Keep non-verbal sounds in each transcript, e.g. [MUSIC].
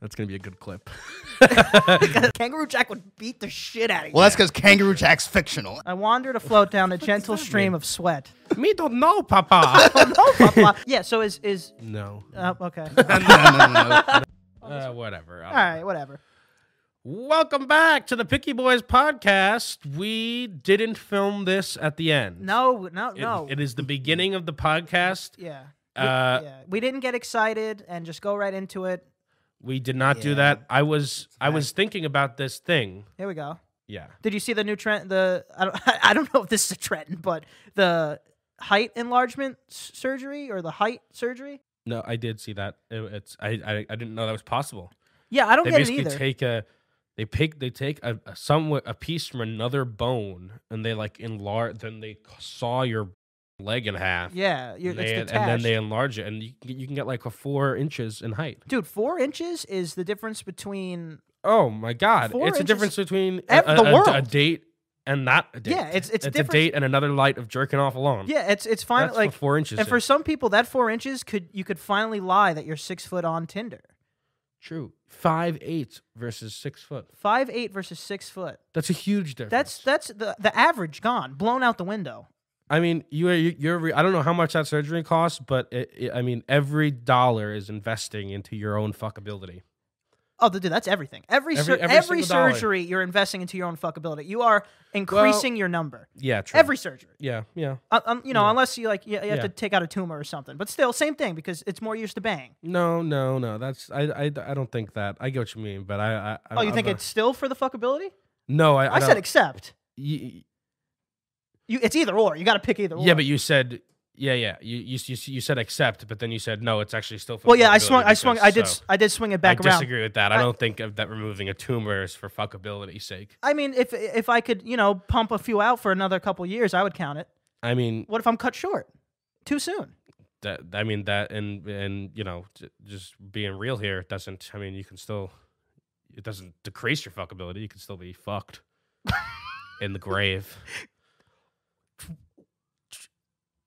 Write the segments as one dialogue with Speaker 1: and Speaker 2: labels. Speaker 1: That's gonna be a good clip.
Speaker 2: Kangaroo Jack would beat the shit out of you.
Speaker 3: Well, that's because Kangaroo Jack's fictional. [LAUGHS]
Speaker 2: I wandered afloat down a gentle stream of sweat.
Speaker 1: [LAUGHS]
Speaker 2: [LAUGHS]
Speaker 1: Me don't know, Papa.
Speaker 2: Oh, blah, [LAUGHS] blah. yeah. So is is
Speaker 1: [LAUGHS] no.
Speaker 2: uh, [LAUGHS] okay.
Speaker 3: No, no, no, no.
Speaker 1: Uh, whatever.
Speaker 2: All right, whatever.
Speaker 1: Welcome back to the Picky Boys podcast. We didn't film this at the end.
Speaker 2: No, no,
Speaker 1: It-
Speaker 2: no.
Speaker 1: it is the beginning of the podcast.
Speaker 2: yeah.
Speaker 1: Uh,
Speaker 2: yeah. We didn't get excited and just go right into it.
Speaker 1: We did not do
Speaker 3: Yeah.
Speaker 1: that. I was I was thinking about this thing.
Speaker 2: Here we go.
Speaker 1: Yeah.
Speaker 2: Did you see the new trend? The I don't [LAUGHS] I don't know if this is a trend, but the height enlargement s- surgery or the height surgery.
Speaker 1: No, I did see that. It- it's I, I I didn't know that was possible.
Speaker 2: Yeah, I don't
Speaker 1: They
Speaker 2: get it
Speaker 1: basically
Speaker 2: either.
Speaker 1: take a they pick they take a, a somewhat a piece from another bone and they like enlarge then they saw your leg in half.
Speaker 2: yeah, you're,
Speaker 1: And, they,
Speaker 2: it's
Speaker 1: and
Speaker 2: detached.
Speaker 1: then they enlarge it and you, can- you can get like a four inches in height.
Speaker 2: Dude, four inches is the difference between.
Speaker 1: Oh my god.
Speaker 2: Four
Speaker 1: it's a
Speaker 2: inches-
Speaker 1: difference between
Speaker 2: Ev-
Speaker 1: a,
Speaker 2: the
Speaker 1: a- a- a
Speaker 2: world.
Speaker 1: date and not a date.
Speaker 2: Yeah, it's- it's
Speaker 1: it's a
Speaker 2: difference-
Speaker 1: date and another light of jerking off alone.
Speaker 2: Yeah, it's it's fine.
Speaker 1: That's
Speaker 2: Like
Speaker 1: what four inches.
Speaker 2: And for
Speaker 1: is.
Speaker 2: some people, that four inches could you could finally lie that you're six foot on Tinder.
Speaker 1: True. Five eight versus six foot.
Speaker 2: Five eight versus six foot.
Speaker 1: That's a huge difference.
Speaker 2: That's that's the the average gone, blown out the window.
Speaker 1: I mean, you are you- you're. re- I don't know how much that surgery costs, but it, it, I mean, every dollar is investing into your own fuckability.
Speaker 2: Oh, dude, that's everything. Every
Speaker 1: Every-
Speaker 2: sur-
Speaker 1: every
Speaker 2: every,
Speaker 1: single dollar.
Speaker 2: surgery you're investing into your own fuckability. You are increasing your number.
Speaker 1: Yeah. True.
Speaker 2: Every surgery.
Speaker 1: Yeah. Yeah.
Speaker 2: Uh, um, you know, unless you like you, you have
Speaker 1: Yeah.
Speaker 2: to take out a tumor or something. But still, same thing because it's more used to bang.
Speaker 1: No. No. No. That's. I. I. I don't think that. I get what you mean, but I. I
Speaker 2: Oh, you
Speaker 1: I'm
Speaker 2: think
Speaker 1: not-
Speaker 2: it's still for the fuckability?
Speaker 1: No. I.
Speaker 2: I, said
Speaker 1: Ex-
Speaker 2: except. You, it's either or. You got to pick either or.
Speaker 1: yeah, but you said. Yeah. Yeah. You. You. You. You said accept, but then you said no. It's actually still. For
Speaker 2: well, yeah, I
Speaker 1: fuckability
Speaker 2: swung. I swung.
Speaker 1: because-
Speaker 2: I did.
Speaker 1: so.
Speaker 2: s I I did swing it back
Speaker 1: I
Speaker 2: around.
Speaker 1: disagree with that. I,
Speaker 2: I-
Speaker 1: don't think of that removing a tumor is for fuckability's sake.
Speaker 2: I mean, if if I could, you know, pump a few out for another couple years, I would count it.
Speaker 1: I mean,
Speaker 2: What if I'm cut short too soon?
Speaker 1: that I mean that and and you know j- just being real here it doesn't I mean you can still it doesn't decrease your fuckability you can still be
Speaker 2: [LAUGHS]
Speaker 1: fucked in the grave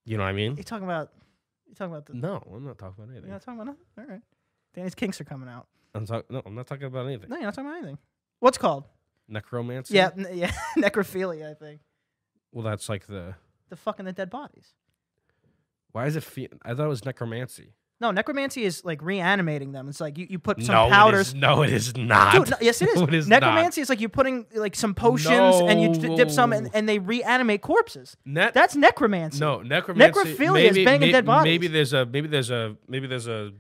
Speaker 1: you know what I mean
Speaker 2: You talking about? You talking about the?
Speaker 1: no I'm not talking about anything
Speaker 2: You're not talking about nothing. All right. Danny's kinks are coming out.
Speaker 1: I'm talk- no I'm not talking about anything
Speaker 2: No, you're not talking about anything. What's called?
Speaker 1: necromancy
Speaker 2: Yeah, n- yeah, [LAUGHS] necrophilia. I think
Speaker 1: well that's like the
Speaker 2: the fucking the dead bodies.
Speaker 1: why is it fe- I thought it was necromancy
Speaker 2: No, necromancy is like reanimating them. It's like you, you put some
Speaker 1: no it
Speaker 2: powders.
Speaker 1: is, no it is not
Speaker 2: Dude, no,
Speaker 1: [LAUGHS]
Speaker 2: yes, it is.
Speaker 1: it is
Speaker 2: necromancy is like you putting like some potions and you d- dip some and,
Speaker 1: No.
Speaker 2: and they reanimate corpses.
Speaker 1: not. Net-
Speaker 2: That's necromancy.
Speaker 1: No, necromancy.
Speaker 2: Necrophilia is
Speaker 1: maybe,
Speaker 2: banging
Speaker 1: may-
Speaker 2: dead bodies.
Speaker 1: Maybe there's a maybe there's a maybe there's a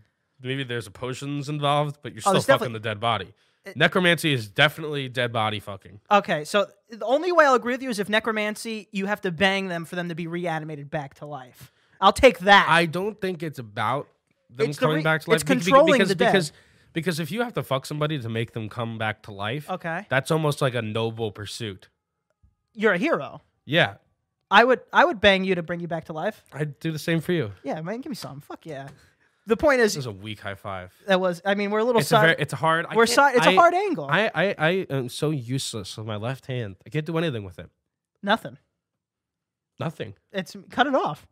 Speaker 1: maybe there's a potions involved, but you're
Speaker 2: Oh,
Speaker 1: still
Speaker 2: there's
Speaker 1: fucking
Speaker 2: definitely-
Speaker 1: the dead body. necromancy is definitely dead body fucking.
Speaker 2: Okay, so the only way I'll agree with you is if necromancy, you have to bang them for them to be reanimated back to life. I'll take that.
Speaker 1: I don't think it's about them
Speaker 2: It's the
Speaker 1: coming
Speaker 2: re-
Speaker 1: back to life.
Speaker 2: it's
Speaker 1: be- be-
Speaker 2: controlling
Speaker 1: because
Speaker 2: the dead.
Speaker 1: because because if you have to fuck somebody to make them come back to life,
Speaker 2: okay,
Speaker 1: that's almost like a noble pursuit.
Speaker 2: you're a hero.
Speaker 1: Yeah,
Speaker 2: I would I would bang you to bring you back to life.
Speaker 1: I'd do the same for you.
Speaker 2: Yeah, man, give me some. Fuck yeah. The point
Speaker 1: This
Speaker 2: is
Speaker 1: is a weak high five.
Speaker 2: that was. I mean, we're a little
Speaker 1: It's a
Speaker 2: side.
Speaker 1: very, it's a hard. I
Speaker 2: we're
Speaker 1: can't-
Speaker 2: side. It's a
Speaker 1: I-
Speaker 2: hard angle.
Speaker 1: I, I I am so useless with my left hand. I can't do anything with it.
Speaker 2: Nothing.
Speaker 1: Nothing.
Speaker 2: It's cut it off.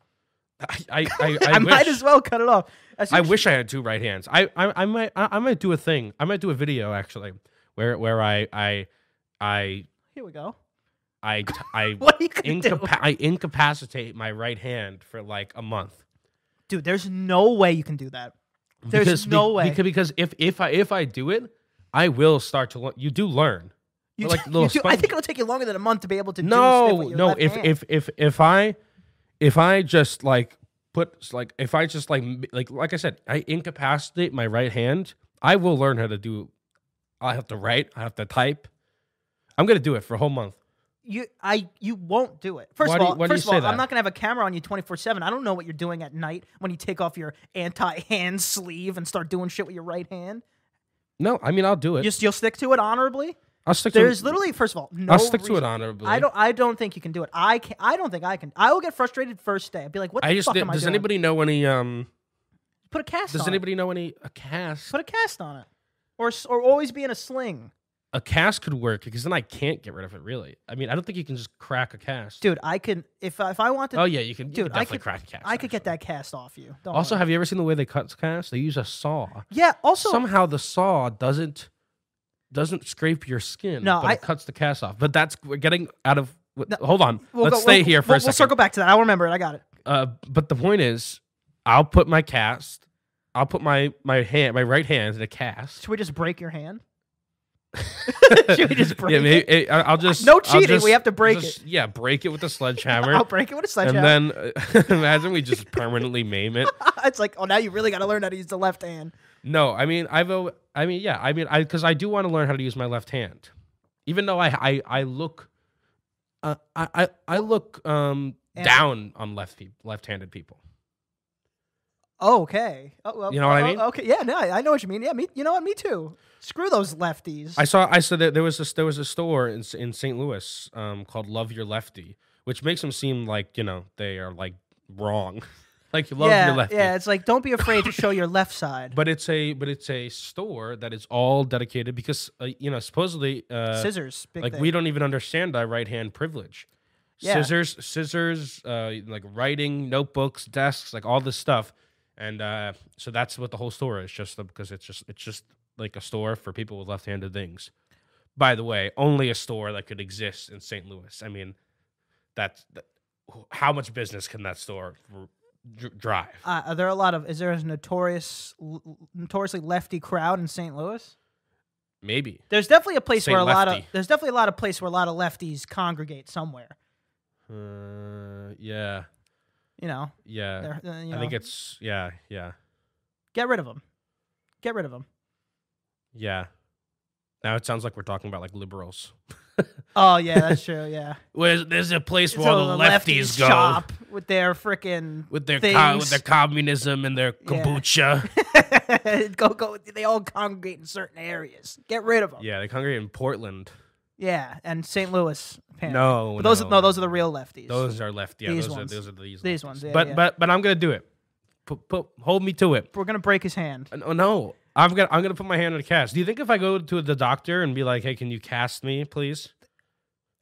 Speaker 1: I
Speaker 2: [LAUGHS]
Speaker 1: I, I,
Speaker 2: I,
Speaker 1: I
Speaker 2: might
Speaker 1: wish-
Speaker 2: as well cut it off. As [LAUGHS]
Speaker 1: I
Speaker 2: soon as-
Speaker 1: wish I had two right hands. I, I I might I, I might do a thing. I might do a video actually where where I I I
Speaker 2: Here we go. [LAUGHS]
Speaker 1: I t- I
Speaker 2: What are you gonna do,
Speaker 1: incapa- I incapacitate my right hand for like a month.
Speaker 2: dude? There's no way you can do that. There's
Speaker 1: be-
Speaker 2: no way.
Speaker 1: Because, because if if I if I do it, I will start to learn. You do learn.
Speaker 2: You,
Speaker 1: like
Speaker 2: [LAUGHS] do-
Speaker 1: little
Speaker 2: you do- I
Speaker 1: sponge.
Speaker 2: think it'll take you longer than a month to be able to. do sniff
Speaker 1: no
Speaker 2: with your
Speaker 1: no
Speaker 2: left
Speaker 1: if
Speaker 2: hand.
Speaker 1: if if if i if i just like put like if i just like m- like like i said i incapacitate my right hand i will learn how to do i have to write i have to type i'm gonna do it for a whole month
Speaker 2: you I you won't do it. First
Speaker 1: Why
Speaker 2: of
Speaker 1: do you-
Speaker 2: all,
Speaker 1: why do you
Speaker 2: first
Speaker 1: say
Speaker 2: of all,
Speaker 1: that?
Speaker 2: I'm not gonna have a camera on you 24 seven. I don't know what you're doing at night when you take off your anti hand sleeve and start doing shit with your right hand.
Speaker 1: no i mean i'll do it
Speaker 2: You, you'll stick to it honorably.
Speaker 1: i'll stick to
Speaker 2: There's
Speaker 1: it
Speaker 2: literally, first of all, no.
Speaker 1: i'll stick to
Speaker 2: reason-
Speaker 1: it honorably
Speaker 2: I don't. I don't think you can do it. I can. I don't think I can. I will get frustrated first day. I'd be like, "What the
Speaker 1: i just
Speaker 2: fuck
Speaker 1: did,
Speaker 2: am I
Speaker 1: does
Speaker 2: doing?"
Speaker 1: anybody know any um
Speaker 2: put a cast?
Speaker 1: does
Speaker 2: on
Speaker 1: anybody know any a
Speaker 2: It.
Speaker 1: cast
Speaker 2: Put a cast on it, or s- or always be in a sling.
Speaker 1: a cast could work because then I can't get rid of it. Really, I mean, I don't think you can just crack a cast.
Speaker 2: dude. I can if I- if I wanted,
Speaker 1: oh yeah, you can. you
Speaker 2: dude,
Speaker 1: can
Speaker 2: I
Speaker 1: definitely
Speaker 2: could-
Speaker 1: crack a cast.
Speaker 2: I could get
Speaker 1: actually.
Speaker 2: that cast off you. Don't
Speaker 1: Also,
Speaker 2: worry.
Speaker 1: have you ever seen the way they cut casts? They use a saw.
Speaker 2: yeah. Also,
Speaker 1: Somehow the saw doesn't doesn't scrape your skin.
Speaker 2: No,
Speaker 1: but
Speaker 2: I-
Speaker 1: it cuts the cast off. But that's we're getting out of.
Speaker 2: No,
Speaker 1: hold on,
Speaker 2: we'll
Speaker 1: let's
Speaker 2: go-
Speaker 1: stay
Speaker 2: we'll-
Speaker 1: here for
Speaker 2: we'll,
Speaker 1: a second.
Speaker 2: We'll circle back to that. I'll remember it. I got it.
Speaker 1: Uh, but the point is, I'll put my cast. I'll put my my hand, my right hand in a cast.
Speaker 2: Should we just break your hand? [LAUGHS]
Speaker 1: [LAUGHS]
Speaker 2: Should we just break
Speaker 1: yeah, maybe,
Speaker 2: it?
Speaker 1: I- I'll just
Speaker 2: No
Speaker 1: I'll
Speaker 2: cheating, we
Speaker 1: just-
Speaker 2: have to break
Speaker 1: just- Yeah, break it
Speaker 2: [LAUGHS]
Speaker 1: with a sledgehammer,
Speaker 2: I'll break it with a
Speaker 1: and
Speaker 2: sledgehammer.
Speaker 1: then [LAUGHS] uh, imagine we just permanently maim it.
Speaker 2: [LAUGHS] it's like, oh, now you really got to learn how to use the left hand.
Speaker 1: No, I mean I've al- I mean yeah, I mean I because I do want to learn how to use my left hand, even though I I I look. Uh, I, I I look um,
Speaker 2: And-
Speaker 1: down on left peop left-handed people.
Speaker 2: Oh, okay. Oh, well,
Speaker 1: You know what I
Speaker 2: oh,
Speaker 1: mean?
Speaker 2: Okay. Yeah. No, I I know what you mean. Yeah. Me. You know what? Me too. Screw those lefties.
Speaker 1: I saw. I saw that there was this. There was a store in S- in St. Louis um, called Love Your Lefty, which makes them seem like you know they are like wrong, [LAUGHS] like you love
Speaker 2: yeah,
Speaker 1: your lefty.
Speaker 2: yeah. It's like, don't be afraid to
Speaker 1: [LAUGHS]
Speaker 2: show your left side.
Speaker 1: But it's a but it's a store that is all dedicated because uh, you know supposedly uh,
Speaker 2: Scissors. Big
Speaker 1: like
Speaker 2: thing.
Speaker 1: we don't even understand our right hand privilege.
Speaker 2: Yeah.
Speaker 1: Scissors, scissors, uh, like writing, notebooks, desks, like all this stuff, and uh, so that's what the whole store is. Just the- because it's just it's just like a store for people with left-handed things. By the way, only a store that could exist in St. Louis. I mean, that's that, how much business can that store r- dr- drive?
Speaker 2: Uh, are there a lot of? Is there a notorious, l- notoriously lefty crowd in St. Louis?
Speaker 1: Maybe
Speaker 2: There's definitely a place
Speaker 1: Say
Speaker 2: where a lot of.
Speaker 1: lefty.
Speaker 2: There's definitely a lot of place where a lot of lefties congregate somewhere.
Speaker 1: Uh, yeah,
Speaker 2: You know.
Speaker 1: yeah.
Speaker 2: they're- uh,
Speaker 1: I
Speaker 2: you know.
Speaker 1: think it's yeah, yeah,
Speaker 2: get rid of them. Get rid of them.
Speaker 1: yeah. Now it sounds like we're talking about like liberals.
Speaker 2: Oh yeah, that's true.
Speaker 1: [LAUGHS]
Speaker 2: Yeah.
Speaker 1: Where's there's a place where
Speaker 2: So
Speaker 1: all the lefties, go
Speaker 2: shop with their freaking
Speaker 1: with their co- with
Speaker 2: things.
Speaker 1: their communism and their kombucha.
Speaker 2: [LAUGHS] [LAUGHS] go go. They all congregate in certain areas. Get rid of them.
Speaker 1: yeah, they congregate in Portland.
Speaker 2: Yeah, and St. Louis. Apparently.
Speaker 1: No,
Speaker 2: But those
Speaker 1: no,
Speaker 2: no, those are the real lefties.
Speaker 1: Those are left. Yeah,
Speaker 2: These
Speaker 1: those
Speaker 2: ones.
Speaker 1: are those are these.
Speaker 2: These
Speaker 1: lefties.
Speaker 2: ones, yeah,
Speaker 1: but
Speaker 2: yeah.
Speaker 1: but but I'm gonna do it. Put, put, hold me to it.
Speaker 2: We're gonna break his hand.
Speaker 1: Oh no, I'm gonna I'm gonna put my hand on a cast. Do you think if I go to the doctor and be like, hey, can you cast me, please?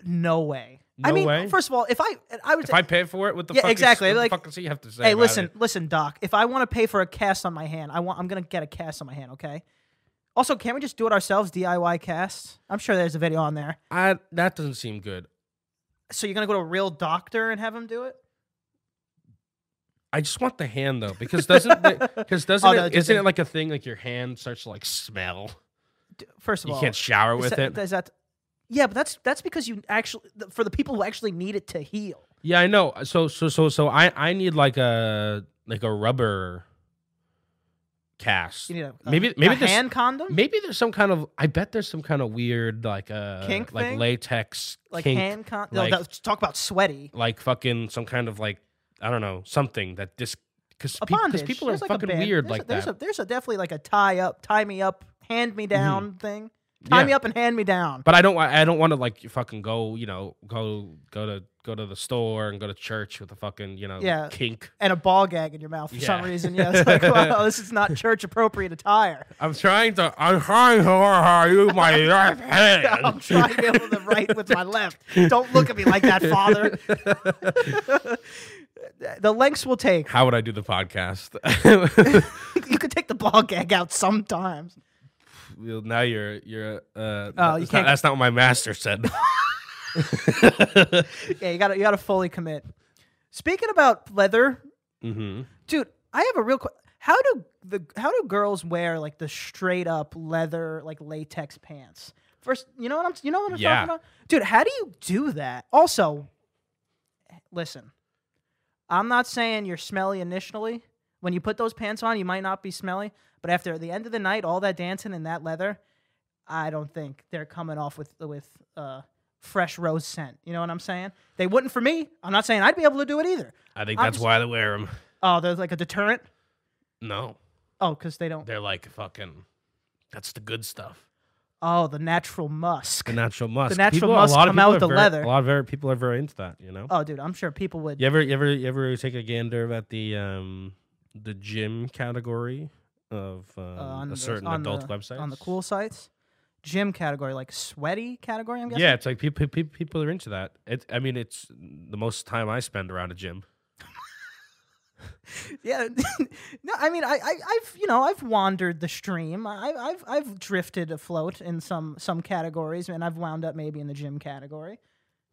Speaker 2: No way. I
Speaker 1: No
Speaker 2: mean,
Speaker 1: way?
Speaker 2: first of all, if I I would
Speaker 1: If
Speaker 2: say,
Speaker 1: I pay for it, what the
Speaker 2: Yeah,
Speaker 1: fuck? is-
Speaker 2: exactly,
Speaker 1: what the
Speaker 2: like-
Speaker 1: fuck does he have to say?
Speaker 2: hey,
Speaker 1: about
Speaker 2: listen,
Speaker 1: it?
Speaker 2: listen, Doc. If I want to pay for a cast on my hand, I want I'm gonna get a cast on my hand. Okay. Also, can we just do it ourselves? DIY casts. I'm sure there's a video on there.
Speaker 1: I, that doesn't seem good.
Speaker 2: So you're gonna go to a real doctor and have him do it?
Speaker 1: I just want the hand though, because doesn't because doesn't
Speaker 2: Oh, no,
Speaker 1: it, [LAUGHS]
Speaker 2: just
Speaker 1: isn't
Speaker 2: in-
Speaker 1: it like a thing like your hand starts to like smell?
Speaker 2: D- First of
Speaker 1: You
Speaker 2: all,
Speaker 1: can't shower
Speaker 2: is
Speaker 1: with it.
Speaker 2: that- is that- yeah, but that's that's because you actually th- for the people who actually need it to heal.
Speaker 1: Yeah, I know. So so so so I I need like a like a rubber cast.
Speaker 2: You need a, a-
Speaker 1: Maybe- maybe
Speaker 2: a
Speaker 1: this-
Speaker 2: hand condom,
Speaker 1: Maybe there's some kind of I bet there's some kind of weird like uh
Speaker 2: Kink
Speaker 1: like
Speaker 2: thing?
Speaker 1: latex
Speaker 2: like
Speaker 1: kink
Speaker 2: hand condom.
Speaker 1: like-
Speaker 2: talk about sweaty.
Speaker 1: like fucking some kind of like I don't know something that dis because
Speaker 2: A
Speaker 1: because
Speaker 2: bondage.
Speaker 1: people are
Speaker 2: there's like a
Speaker 1: fucking
Speaker 2: band-
Speaker 1: weird
Speaker 2: there's
Speaker 1: like
Speaker 2: a, there's
Speaker 1: that. Mm-hmm.
Speaker 2: A, there's a definitely like a tie up, tie me up, hand me down thing. Tie
Speaker 1: Yeah.
Speaker 2: me up and hand me down.
Speaker 1: But I don't want I don't want to like fucking go you know go go to go to the store and go to church with a fucking you know
Speaker 2: Yeah.
Speaker 1: kink.
Speaker 2: and a ball gag in your mouth for some
Speaker 1: Yeah.
Speaker 2: reason. Yeah, it's like, [LAUGHS] well, this
Speaker 1: [LAUGHS]
Speaker 2: is not church appropriate attire.
Speaker 1: I'm trying to I'm trying to use my [LAUGHS] left hand.
Speaker 2: [LAUGHS] I'm trying to be able to write with my left. Don't look at me like that, father. [LAUGHS] the lengths will take. [LAUGHS]
Speaker 1: How would I do the podcast? [LAUGHS]
Speaker 2: You could take the ball gag out sometimes.
Speaker 1: Well, now you're you're uh oh,
Speaker 2: you
Speaker 1: not,
Speaker 2: can't-
Speaker 1: that's not what my master said. [LAUGHS]
Speaker 2: Yeah, you got to you got to fully commit. Speaking about leather,
Speaker 1: hmm
Speaker 2: dude, I have a real. Qu- how do the how do girls wear like the straight up leather like latex pants? First, you know what I'm you know what I'm
Speaker 1: Yeah.
Speaker 2: talking about, dude. How do you do that? Also, listen, I'm not saying you're smelly initially. When you put those pants on, you might not be smelly, but after the end of the night, all that dancing and that leather, I don't think they're coming off with with uh, fresh rose scent. You know what I'm saying? They wouldn't for me. I'm not saying I'd be able to do it either.
Speaker 1: I think
Speaker 2: I'm
Speaker 1: that's
Speaker 2: just-
Speaker 1: why they wear them.
Speaker 2: Oh, there's like a deterrent.
Speaker 1: No,
Speaker 2: Oh, because they don't.
Speaker 1: they're like fucking. That's the good stuff.
Speaker 2: Oh, the natural musk.
Speaker 1: The natural musk.
Speaker 2: natural
Speaker 1: a
Speaker 2: musk
Speaker 1: lot of
Speaker 2: come
Speaker 1: people
Speaker 2: out with
Speaker 1: are
Speaker 2: the
Speaker 1: very-
Speaker 2: leather.
Speaker 1: A lot of very, people are very into that. You know.
Speaker 2: Oh, dude, I'm sure people would.
Speaker 1: You ever you ever you ever take a gander at the um the gym category of um,
Speaker 2: uh, on
Speaker 1: a
Speaker 2: the-
Speaker 1: certain
Speaker 2: on
Speaker 1: adult
Speaker 2: the-
Speaker 1: website
Speaker 2: on the cool sites. gym category, like sweaty category. I'm guessing.
Speaker 1: Yeah, it's like people people, people are into that. It, I mean, it's the most time I spend around a gym.
Speaker 2: Yeah. [LAUGHS] no, I mean, I, I, I've, you know, I've wandered the stream. I, I've, I've drifted afloat in some, some categories, and I've wound up maybe in the gym category,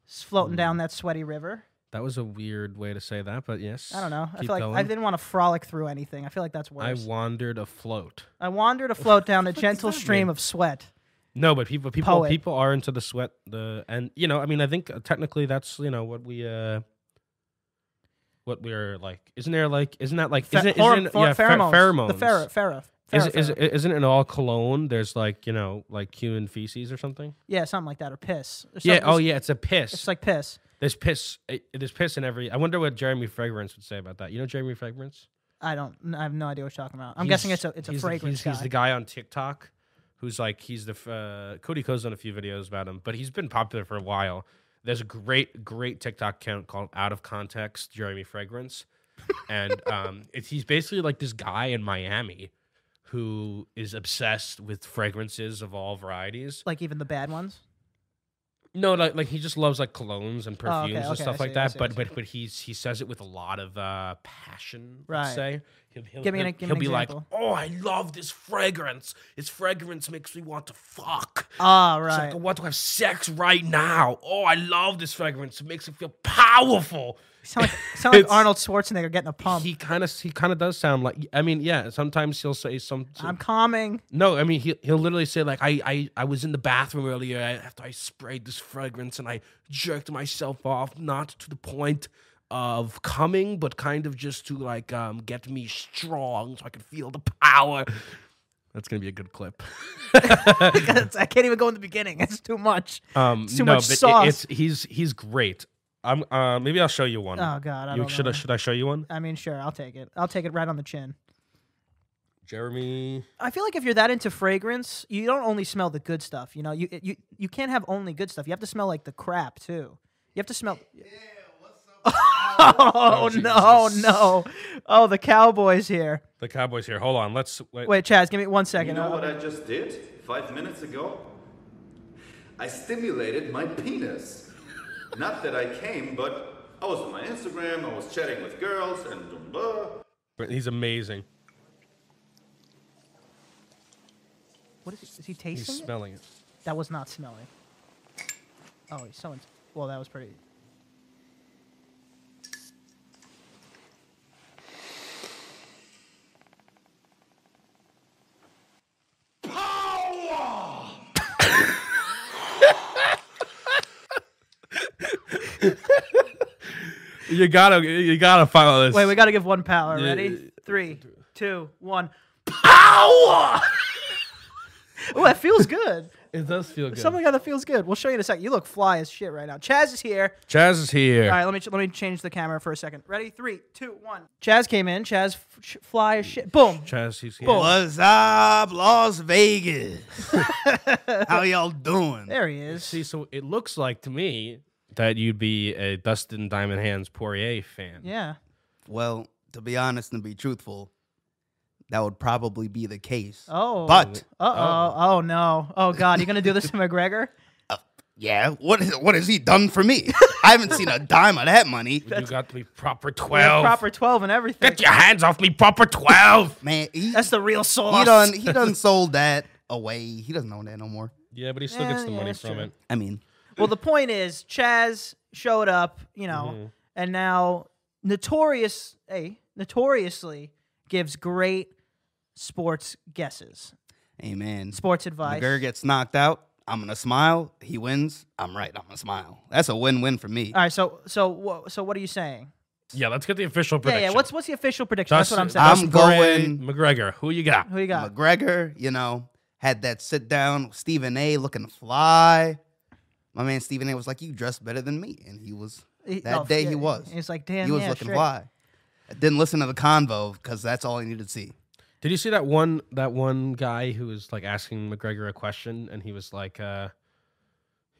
Speaker 2: s- floating
Speaker 1: Hmm.
Speaker 2: down that sweaty river.
Speaker 1: That was a weird way to say that, but yes.
Speaker 2: I don't know. I
Speaker 1: Keep
Speaker 2: feel like I
Speaker 1: going.
Speaker 2: didn't want to frolic through anything. I feel like that's
Speaker 1: I
Speaker 2: worse.
Speaker 1: wandered afloat. [LAUGHS]
Speaker 2: I wandered afloat down a
Speaker 1: fuck does
Speaker 2: gentle
Speaker 1: that
Speaker 2: stream
Speaker 1: mean?
Speaker 2: of sweat.
Speaker 1: No, but people people
Speaker 2: Poet.
Speaker 1: people are into the sweat the and you know, I mean, I think uh, technically that's, you know, what we uh what we're like. Isn't there like isn't that like
Speaker 2: Fe-
Speaker 1: isn't,
Speaker 2: hor-
Speaker 1: isn't
Speaker 2: for-
Speaker 1: yeah, pher-
Speaker 2: pheromones.
Speaker 1: pheromones.
Speaker 2: The phara, phara,
Speaker 1: Is,
Speaker 2: phara,
Speaker 1: is, isn't in all cologne there's like, you know, like human feces or something?
Speaker 2: yeah, something like that, or piss. Or
Speaker 1: yeah,
Speaker 2: something.
Speaker 1: oh
Speaker 2: It's-
Speaker 1: yeah, it's a piss.
Speaker 2: It's like piss.
Speaker 1: There's piss. It, there's piss in every. I wonder what Jeremy Fragrance would say about that. You know Jeremy Fragrance?
Speaker 2: I don't. I have no idea what you're talking about. I'm
Speaker 1: He's-
Speaker 2: guessing it's a it's a
Speaker 1: he's the-
Speaker 2: fragrance
Speaker 1: he's,
Speaker 2: guy.
Speaker 1: He's the guy on TikTok who's like he's the f- uh, Cody Ko's done a few videos about him, but he's been popular for a while. There's a great great TikTok account called Out of Context Jeremy Fragrance, and [LAUGHS] um, it's, he's basically like this guy in Miami who is obsessed with fragrances of all varieties.
Speaker 2: like even the bad ones.
Speaker 1: No, like like he just loves like colognes and
Speaker 2: Oh,
Speaker 1: perfumes
Speaker 2: okay,
Speaker 1: and
Speaker 2: okay, I
Speaker 1: stuff
Speaker 2: see,
Speaker 1: like
Speaker 2: I
Speaker 1: that.
Speaker 2: see, I
Speaker 1: but
Speaker 2: see.
Speaker 1: but but he's he says it with a lot of uh, passion.
Speaker 2: Right.
Speaker 1: Right. Say he'll, he'll,
Speaker 2: Give me an-
Speaker 1: he'll-
Speaker 2: give me
Speaker 1: he'll
Speaker 2: an
Speaker 1: be like,
Speaker 2: example.
Speaker 1: "Oh, I love this fragrance. This fragrance makes me want to fuck.
Speaker 2: Ah,
Speaker 1: It's
Speaker 2: right.
Speaker 1: like I want to have sex right now. Oh, I love this fragrance. It makes me feel powerful." [LAUGHS]
Speaker 2: sound like, sound like
Speaker 1: It's-
Speaker 2: Arnold Schwarzenegger getting a pump.
Speaker 1: He kind of he kind of does sound like. I mean, yeah. Sometimes he'll say some.
Speaker 2: I'm calming. [LAUGHS]
Speaker 1: No, I mean he he'll literally say like I I, I was in the bathroom earlier I- after I sprayed this fragrance and I jerked myself off not to the point of coming but kind of just to like um get me strong so I can feel the power. That's gonna be a good clip.
Speaker 2: It's- I can't even go in the beginning. [LAUGHS] It's too much.
Speaker 1: Um,
Speaker 2: Too
Speaker 1: no,
Speaker 2: much
Speaker 1: but it-
Speaker 2: sauce.
Speaker 1: it's he's he's great. I'm uh, maybe I'll show you one.
Speaker 2: Oh God, I
Speaker 1: you,
Speaker 2: don't
Speaker 1: should
Speaker 2: know.
Speaker 1: I should I show you one?
Speaker 2: I mean, sure, I'll take it. I'll take it right on the chin.
Speaker 1: Jeremy.
Speaker 2: I feel like if you're that into fragrance, you don't only smell the good stuff. You know, you you you can't have only good stuff. You have to smell like the crap too. You have to smell. [LAUGHS] oh no,
Speaker 1: Jesus.
Speaker 2: no! Oh, the cowboys here.
Speaker 1: The Cowboys here. Hold on. Let's wait.
Speaker 2: Wait, Chaz, give me one
Speaker 4: You
Speaker 2: second.
Speaker 4: know
Speaker 2: Uh,
Speaker 4: what I just did five minutes ago? I stimulated my penis. Not that I came, but I was on my Instagram, I was chatting with girls, and blah.
Speaker 1: He's amazing.
Speaker 2: what is, he- is he
Speaker 1: He's
Speaker 2: tasting? it?
Speaker 1: smelling it.
Speaker 2: That was not smelling. Oh, he's so. ins- well, that was pretty.
Speaker 1: You gotta you gotta follow this.
Speaker 2: Wait, we got to give one power.
Speaker 1: Yeah,
Speaker 2: Ready?
Speaker 1: yeah.
Speaker 2: Three, two, one. [LAUGHS]
Speaker 1: Power.
Speaker 2: Oh, that feels good.
Speaker 1: It does feel good.
Speaker 2: Something that feels good. We'll show you in a second. You look fly as shit right now. Chaz is here.
Speaker 1: Chaz is here.
Speaker 2: All right, let me let me change the camera for a second. Ready? Three, two, one. Chaz came in. Chaz f- sh- fly as shit. Boom.
Speaker 1: Chaz, he's here.
Speaker 3: What's up, Las Vegas? [LAUGHS] How y'all doing?
Speaker 2: There he is.
Speaker 1: See, so it looks like to me that you'd be a Dustin Diamond Hands Poirier fan.
Speaker 2: Yeah.
Speaker 3: Well, to be honest and be truthful, that would probably be the case.
Speaker 2: Oh.
Speaker 3: But
Speaker 2: Uh oh. Oh no. Oh god. You gonna do this to [LAUGHS] McGregor?
Speaker 3: yeah, what is what has he done for me? [LAUGHS] I haven't seen a dime of that money.
Speaker 1: You got to be proper
Speaker 2: We have
Speaker 1: twelve.
Speaker 2: Proper twelve and everything.
Speaker 1: Get your hands off me, proper twelve.
Speaker 3: Man, he,
Speaker 2: That's the real sauce.
Speaker 3: he done he done sold that away. He doesn't own that no more.
Speaker 1: [LAUGHS] yeah, but he still gets
Speaker 2: Yeah,
Speaker 1: the
Speaker 2: yeah,
Speaker 1: money
Speaker 2: that's
Speaker 1: from
Speaker 2: true.
Speaker 1: it.
Speaker 3: I mean,
Speaker 2: [LAUGHS] Well, the point is, Chaz showed up, you know,
Speaker 1: Mm-hmm.
Speaker 2: and now notorious, hey, notoriously gives great sports guesses,
Speaker 3: hey man,
Speaker 2: sports advice.
Speaker 3: McGregor gets knocked out. I'm gonna smile. He wins. I'm right. I'm gonna smile. That's a win-win for me.
Speaker 2: All right, so so wha- so what are you saying?
Speaker 1: Yeah, let's get the official prediction.
Speaker 2: Yeah, yeah. What's what's the official prediction?
Speaker 1: Dustin,
Speaker 2: That's what I'm saying.
Speaker 3: I'm
Speaker 1: Dustin Poirier,
Speaker 3: going-
Speaker 1: McGregor. Who you got?
Speaker 2: Who you got?
Speaker 3: McGregor, you know, had that sit down. Stephen A. looking fly. My man Stephen A. was like, "You dressed better than me," and he was
Speaker 2: He-
Speaker 3: that
Speaker 2: oh,
Speaker 3: day.
Speaker 2: yeah,
Speaker 3: he was.
Speaker 2: He's like, damn,
Speaker 3: he was
Speaker 2: yeah,
Speaker 3: looking
Speaker 2: sure.
Speaker 3: fly. I didn't listen to the convo because that's all I needed to see.
Speaker 1: Did you see that one that one guy who was like asking McGregor a question and he was like uh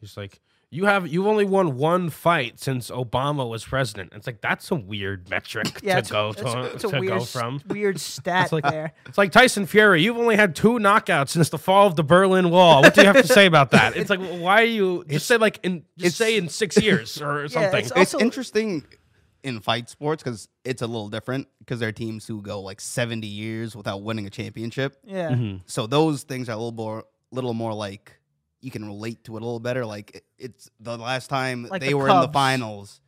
Speaker 1: he's like You have you've only won one fight since Obama was president. It's like that's a weird metric
Speaker 2: Yeah,
Speaker 1: to go to,
Speaker 2: it's a
Speaker 1: to
Speaker 2: weird,
Speaker 1: go
Speaker 2: s-
Speaker 1: from. [LAUGHS]
Speaker 2: weird stat
Speaker 1: like-
Speaker 2: there.
Speaker 1: It's like Tyson Fury. You've only had two knockouts since the fall of the Berlin Wall. What do you have to say about that? It's like why are you just say like in just
Speaker 3: it's-
Speaker 1: say in six years
Speaker 2: [LAUGHS]
Speaker 1: or something.
Speaker 2: it's
Speaker 3: It's
Speaker 2: Also-
Speaker 3: interesting in fight sports because it's a little different because there are teams who go like 70 years without winning a championship.
Speaker 1: [LAUGHS]
Speaker 2: Yeah.
Speaker 3: So those things are a little more, little more like you can relate to it a little better. Like it- it's the last time
Speaker 2: Like
Speaker 3: they
Speaker 2: the
Speaker 3: were in
Speaker 2: Cubs.
Speaker 3: the finals.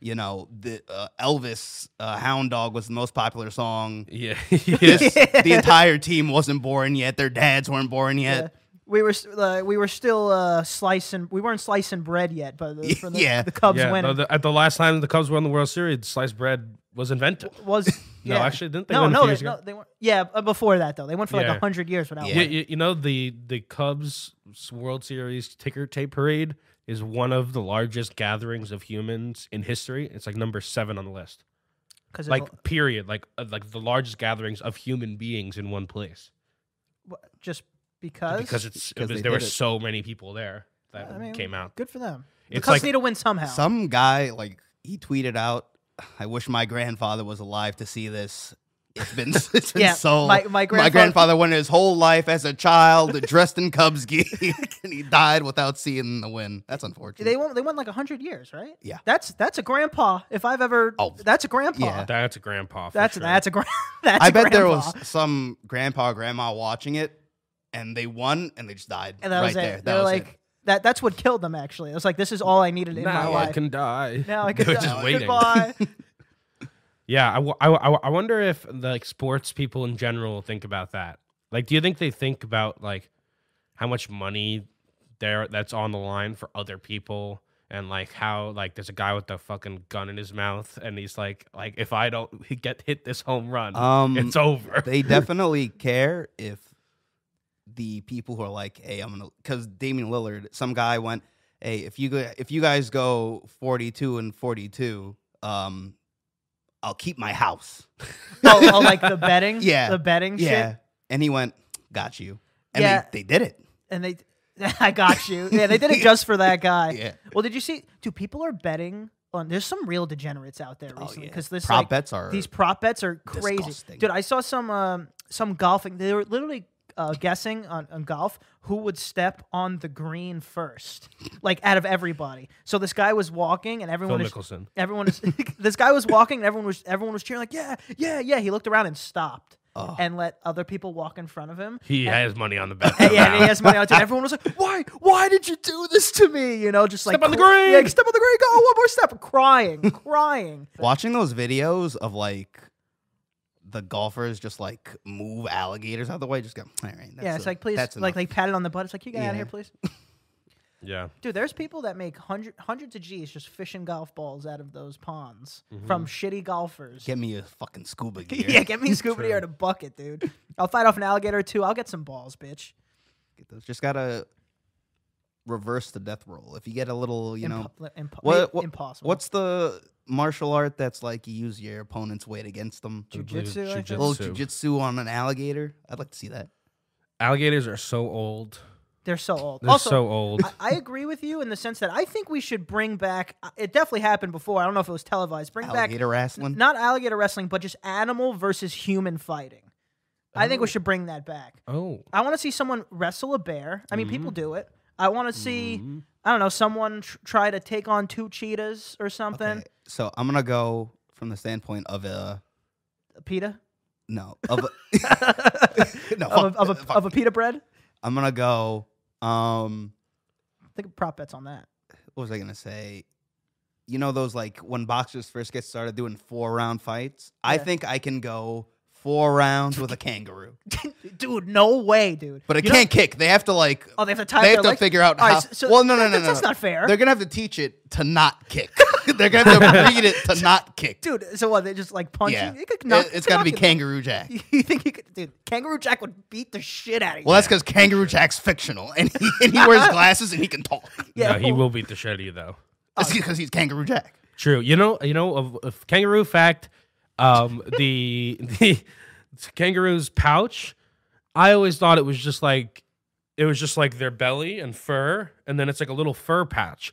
Speaker 3: You know, the uh, Elvis uh, "Hound Dog" was the most popular song.
Speaker 1: [LAUGHS] Yeah. [LAUGHS] yes.
Speaker 3: This- the entire team wasn't born yet. Their dads weren't born
Speaker 2: Yeah.
Speaker 3: yet.
Speaker 2: We were s- uh, we were still uh, slicing. We weren't slicing bread yet, but the, for the,
Speaker 3: Yeah.
Speaker 2: the [LAUGHS] Cubs
Speaker 1: Yeah,
Speaker 2: winning
Speaker 1: the- at the last time the Cubs won the World Series, sliced bread was invented.
Speaker 2: was
Speaker 1: [LAUGHS] No,
Speaker 2: yeah.
Speaker 1: actually, didn't they
Speaker 2: no
Speaker 1: win a
Speaker 2: no,
Speaker 1: few
Speaker 2: they,
Speaker 1: years ago?
Speaker 2: no they weren't. Yeah, uh, before that though, they went for like
Speaker 1: Yeah.
Speaker 2: like hundred years without.
Speaker 3: Yeah.
Speaker 1: You,
Speaker 2: winning.
Speaker 1: you, you know the the Cubs World Series ticker tape parade is one of the largest gatherings of humans in history. It's like number seven on the list.
Speaker 2: 'Cause of
Speaker 1: Like period. Like uh, like the largest gatherings of human beings in one place
Speaker 2: the- wh- just because
Speaker 1: because it's
Speaker 3: Because
Speaker 1: because
Speaker 3: they
Speaker 1: there were
Speaker 3: did it.
Speaker 1: so many people there that
Speaker 2: I mean,
Speaker 1: came out.
Speaker 2: good for them. The
Speaker 1: It's
Speaker 2: Cubs
Speaker 1: like-
Speaker 2: need to win somehow.
Speaker 3: Some guy like he tweeted out, "I wish my grandfather was alive to see this." It's been, [LAUGHS] it's been
Speaker 2: Yeah,
Speaker 3: so.
Speaker 2: my- my grandfather-
Speaker 3: grandfather went his whole life as a child dressed in Cubs gear, [LAUGHS] and he died without seeing the win. That's unfortunate.
Speaker 2: they won. They won like hundred years, right?
Speaker 3: Yeah.
Speaker 2: That's that's a grandpa. If I've ever,
Speaker 3: Oh,
Speaker 2: that's a grandpa.
Speaker 3: yeah.
Speaker 1: That's a grandpa. for
Speaker 2: That's
Speaker 1: sure.
Speaker 2: that's a grand. [LAUGHS] That's
Speaker 3: I
Speaker 2: a
Speaker 3: bet there
Speaker 2: grandpa.
Speaker 3: was some grandpa, grandma watching it, and they won, and they just died
Speaker 2: and that
Speaker 3: right
Speaker 2: was it.
Speaker 3: there.
Speaker 2: They were
Speaker 3: was
Speaker 2: like
Speaker 3: it.
Speaker 2: that. That's what killed them. Actually, it was like this is all I needed in my
Speaker 1: now I
Speaker 2: life.
Speaker 1: can die.
Speaker 2: now
Speaker 1: [LAUGHS]
Speaker 2: I could
Speaker 1: They're
Speaker 2: die.
Speaker 1: just waiting. [LAUGHS]
Speaker 2: Goodbye.
Speaker 1: Yeah, I, w- I, w- I wonder if like sports people in general think about that. Like, do you think they think about like how much money there that's on the line for other people, and like how like there's a guy with a fucking gun in his mouth, and he's like, like if I don't [LAUGHS] get hit this home run,
Speaker 3: Um,
Speaker 1: it's over.
Speaker 3: they definitely care if the people who are like, "Hey, I'm gonna," because Damian Lillard, some guy went, "Hey, if you go, if you guys go 42 and 42, um, I'll keep my house."
Speaker 2: oh, oh, like the betting.
Speaker 3: Yeah.
Speaker 2: the betting shit.
Speaker 3: and he went, "Got you," and
Speaker 2: Yeah.
Speaker 3: they, they did it.
Speaker 2: And they, [LAUGHS] I got you. Yeah, they did it just for that guy.
Speaker 3: [LAUGHS] Yeah.
Speaker 2: Well, did you see? Dude, people are betting on. There's some real degenerates out there
Speaker 3: Oh,
Speaker 2: recently
Speaker 3: yeah.
Speaker 2: because this
Speaker 3: Prop
Speaker 2: like,
Speaker 3: bets are
Speaker 2: these prop bets are crazy,
Speaker 3: Disgusting.
Speaker 2: dude. I saw some um, some golfing. They were literally uh, guessing on, on golf who would step on the green first, like out of everybody. So this guy was walking, and
Speaker 1: [LAUGHS] Phil
Speaker 2: everyone is
Speaker 1: Mickelson.
Speaker 2: everyone is this guy was [LAUGHS] walking, and everyone was everyone was cheering like yeah, yeah, yeah. He looked around and stopped. And let other people walk in front of him.
Speaker 1: He has money on the bet.
Speaker 2: [LAUGHS] And, yeah, and
Speaker 3: [LAUGHS]
Speaker 2: he has money out. too. Everyone was like, "Why? Why did you do this to me?" You know, just like
Speaker 1: on the
Speaker 2: cr-
Speaker 1: green.
Speaker 2: yeah, step on the green, go one more step,
Speaker 3: [LAUGHS]
Speaker 2: crying, crying.
Speaker 3: Watching those videos of like the golfers just like move alligators out of the way, just go, all right. That's
Speaker 2: yeah, it's
Speaker 3: a-
Speaker 2: like please,
Speaker 3: that's
Speaker 2: like
Speaker 3: enough."
Speaker 2: they pat it on the butt. It's like you get out of
Speaker 3: Yeah.
Speaker 2: here, please.
Speaker 1: yeah.
Speaker 2: Dude, there's people that make hundred, hundreds of G's just fishing golf balls out of those ponds from shitty golfers. [LAUGHS]
Speaker 3: Mm-hmm. get me a fucking scuba gear.
Speaker 2: yeah, get me
Speaker 3: [LAUGHS]
Speaker 2: scuba gear and a bucket, dude. I'll fight off an alligator or two. I'll get some balls, bitch.
Speaker 3: Get those. Just gotta reverse the death roll. If you get a little, you know,
Speaker 2: Impo- li- impo-
Speaker 3: what-
Speaker 2: ma-
Speaker 3: what-
Speaker 2: impossible.
Speaker 3: what's the martial art that's like you use your opponent's weight against them?
Speaker 2: jujitsu? I think?
Speaker 1: Jiu-jitsu.
Speaker 3: little jujitsu on an alligator. I'd like to see that.
Speaker 1: Alligators are so old.
Speaker 2: They're so old.
Speaker 1: They're
Speaker 2: also,
Speaker 1: so old.
Speaker 2: I, I agree with you in the sense that I think we should bring back. uh, It definitely happened before. I don't know if it was televised. Bring
Speaker 3: Alligator
Speaker 2: back
Speaker 3: wrestling.
Speaker 2: not alligator wrestling, but just animal versus human fighting. I think we should bring that back.
Speaker 1: oh.
Speaker 2: I want to see someone wrestle a bear. I mean, people
Speaker 3: Mm-hmm.
Speaker 2: do it. I want to see, I don't know, someone tr- try to take on two cheetahs or something.
Speaker 3: Okay, so I'm gonna go from the standpoint of a [LAUGHS]
Speaker 2: Pita?
Speaker 3: no of a, [LAUGHS] no
Speaker 2: [LAUGHS] Of
Speaker 3: fuck,
Speaker 2: a, of,
Speaker 3: fuck.
Speaker 2: a, of a pita bread?
Speaker 3: I'm gonna go. Um,
Speaker 2: Think of prop bets on that. [LAUGHS]
Speaker 3: what was I gonna say? You know those like when boxers first get started doing four round fights. I
Speaker 2: Yeah.
Speaker 3: think I can go four
Speaker 2: [LAUGHS]
Speaker 3: rounds with a kangaroo,
Speaker 2: dude, no way, dude.
Speaker 3: but it
Speaker 2: You know-
Speaker 3: can't kick. They have to like.
Speaker 2: Oh, they have to tie
Speaker 3: they
Speaker 2: their
Speaker 3: have to
Speaker 2: legs?
Speaker 3: figure out
Speaker 2: All right,
Speaker 3: how.
Speaker 2: so- so
Speaker 3: well, no, no,
Speaker 2: that-
Speaker 3: no, no.
Speaker 2: that's
Speaker 3: no.
Speaker 2: not fair.
Speaker 3: They're gonna have to teach it to not kick. [LAUGHS] They're gonna have to
Speaker 2: [LAUGHS]
Speaker 3: breed it to not kick.
Speaker 2: Dude, so what? They just like punch
Speaker 3: yeah,
Speaker 2: you? It could knock,
Speaker 3: It-
Speaker 2: it
Speaker 3: it's
Speaker 2: could
Speaker 3: got to
Speaker 2: knock
Speaker 3: be
Speaker 2: you-
Speaker 3: kangaroo jack.
Speaker 2: [LAUGHS] You think you could, dude? Kangaroo Jack would beat the shit out of you.
Speaker 3: Well, that's because kangaroo jack's fictional, and he, and he
Speaker 2: [LAUGHS]
Speaker 3: wears glasses and he can talk.
Speaker 1: Yeah, he will beat the shit out of you though.
Speaker 3: That's because he's kangaroo jack.
Speaker 1: True. You know, you know, of, of kangaroo fact, um, the [LAUGHS] the kangaroo's pouch. I always thought it was just like it was just like their belly and fur, and then it's like a little fur patch.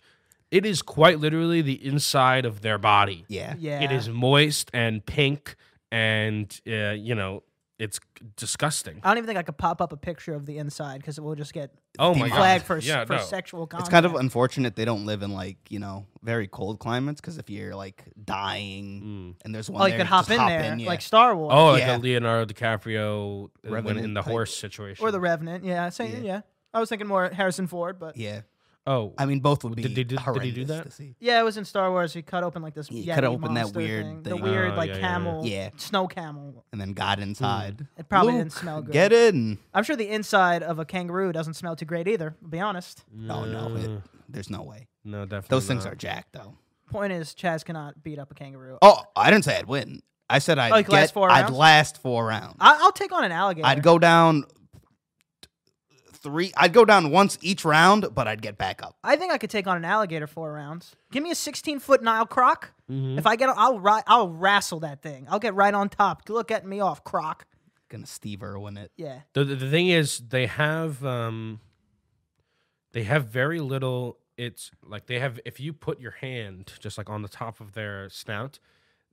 Speaker 1: It is quite literally the inside of their body.
Speaker 3: Yeah.
Speaker 2: Yeah.
Speaker 1: It is moist and pink, and uh, you know it's
Speaker 3: Uh,
Speaker 1: disgusting.
Speaker 2: I don't even think I could pop up a picture of the inside because it will just get
Speaker 1: Oh my
Speaker 3: demonic.
Speaker 2: flagged
Speaker 1: god!
Speaker 2: for,
Speaker 1: yeah,
Speaker 2: for
Speaker 1: no.
Speaker 2: sexual content.
Speaker 3: It's kind of unfortunate they don't live in like you know very cold climates because if you're like dying
Speaker 1: Mm.
Speaker 3: and there's one,
Speaker 2: oh, you
Speaker 3: there,
Speaker 2: could hop
Speaker 3: just
Speaker 2: in there
Speaker 3: yeah.
Speaker 2: like Star Wars
Speaker 1: Oh, like
Speaker 3: Yeah.
Speaker 1: a Leonardo DiCaprio uh, when in
Speaker 3: Revenant
Speaker 1: the
Speaker 3: type.
Speaker 1: horse situation.
Speaker 2: or The Revenant. Yeah, same. Yeah.
Speaker 3: Yeah.
Speaker 2: I was thinking more Harrison Ford, but yeah.
Speaker 3: yeah,
Speaker 1: oh,
Speaker 3: I mean both would be
Speaker 1: Did they do- did he do
Speaker 3: horrendous
Speaker 1: that?
Speaker 3: to see.
Speaker 2: it was in Star Wars. He cut open like this.
Speaker 3: He
Speaker 2: Yeti
Speaker 3: cut open that
Speaker 2: monster
Speaker 3: weird
Speaker 2: thing. The
Speaker 3: thing.
Speaker 2: weird
Speaker 1: Oh,
Speaker 2: like
Speaker 1: yeah, yeah, yeah.
Speaker 2: camel,
Speaker 3: Yeah.
Speaker 2: snow camel.
Speaker 3: And then got inside.
Speaker 2: Mm. It probably
Speaker 3: Luke,
Speaker 2: didn't smell good.
Speaker 3: Get in.
Speaker 2: I'm sure the inside of a kangaroo doesn't smell too great either. I'll be honest.
Speaker 3: No, Oh, no, it-
Speaker 1: Uh,
Speaker 3: there's no way.
Speaker 1: no, definitely.
Speaker 3: Those things
Speaker 1: not.
Speaker 3: are jacked though.
Speaker 2: Point is, Chaz cannot beat up a kangaroo.
Speaker 3: Oh, I didn't say I'd win. I said I'd
Speaker 2: Oh, you could last
Speaker 3: get-
Speaker 2: four
Speaker 3: I'd
Speaker 2: rounds?
Speaker 3: last four rounds.
Speaker 2: I- I'll take on an alligator.
Speaker 3: I'd go down three. I'd go down once each round, but I'd get back up.
Speaker 2: I think I could take on an alligator four rounds. Give me a 16 foot Nile croc.
Speaker 1: Mhm.
Speaker 3: Hmm.
Speaker 2: If I get, I'll ri- I'll wrestle that thing. I'll get right on top. Look at me off, croc.
Speaker 3: Gonna Steve Irwin it.
Speaker 2: Yeah.
Speaker 1: The, the, the thing is, they have um, they have very little. It's like they have. If you put your hand just like on the top of their snout,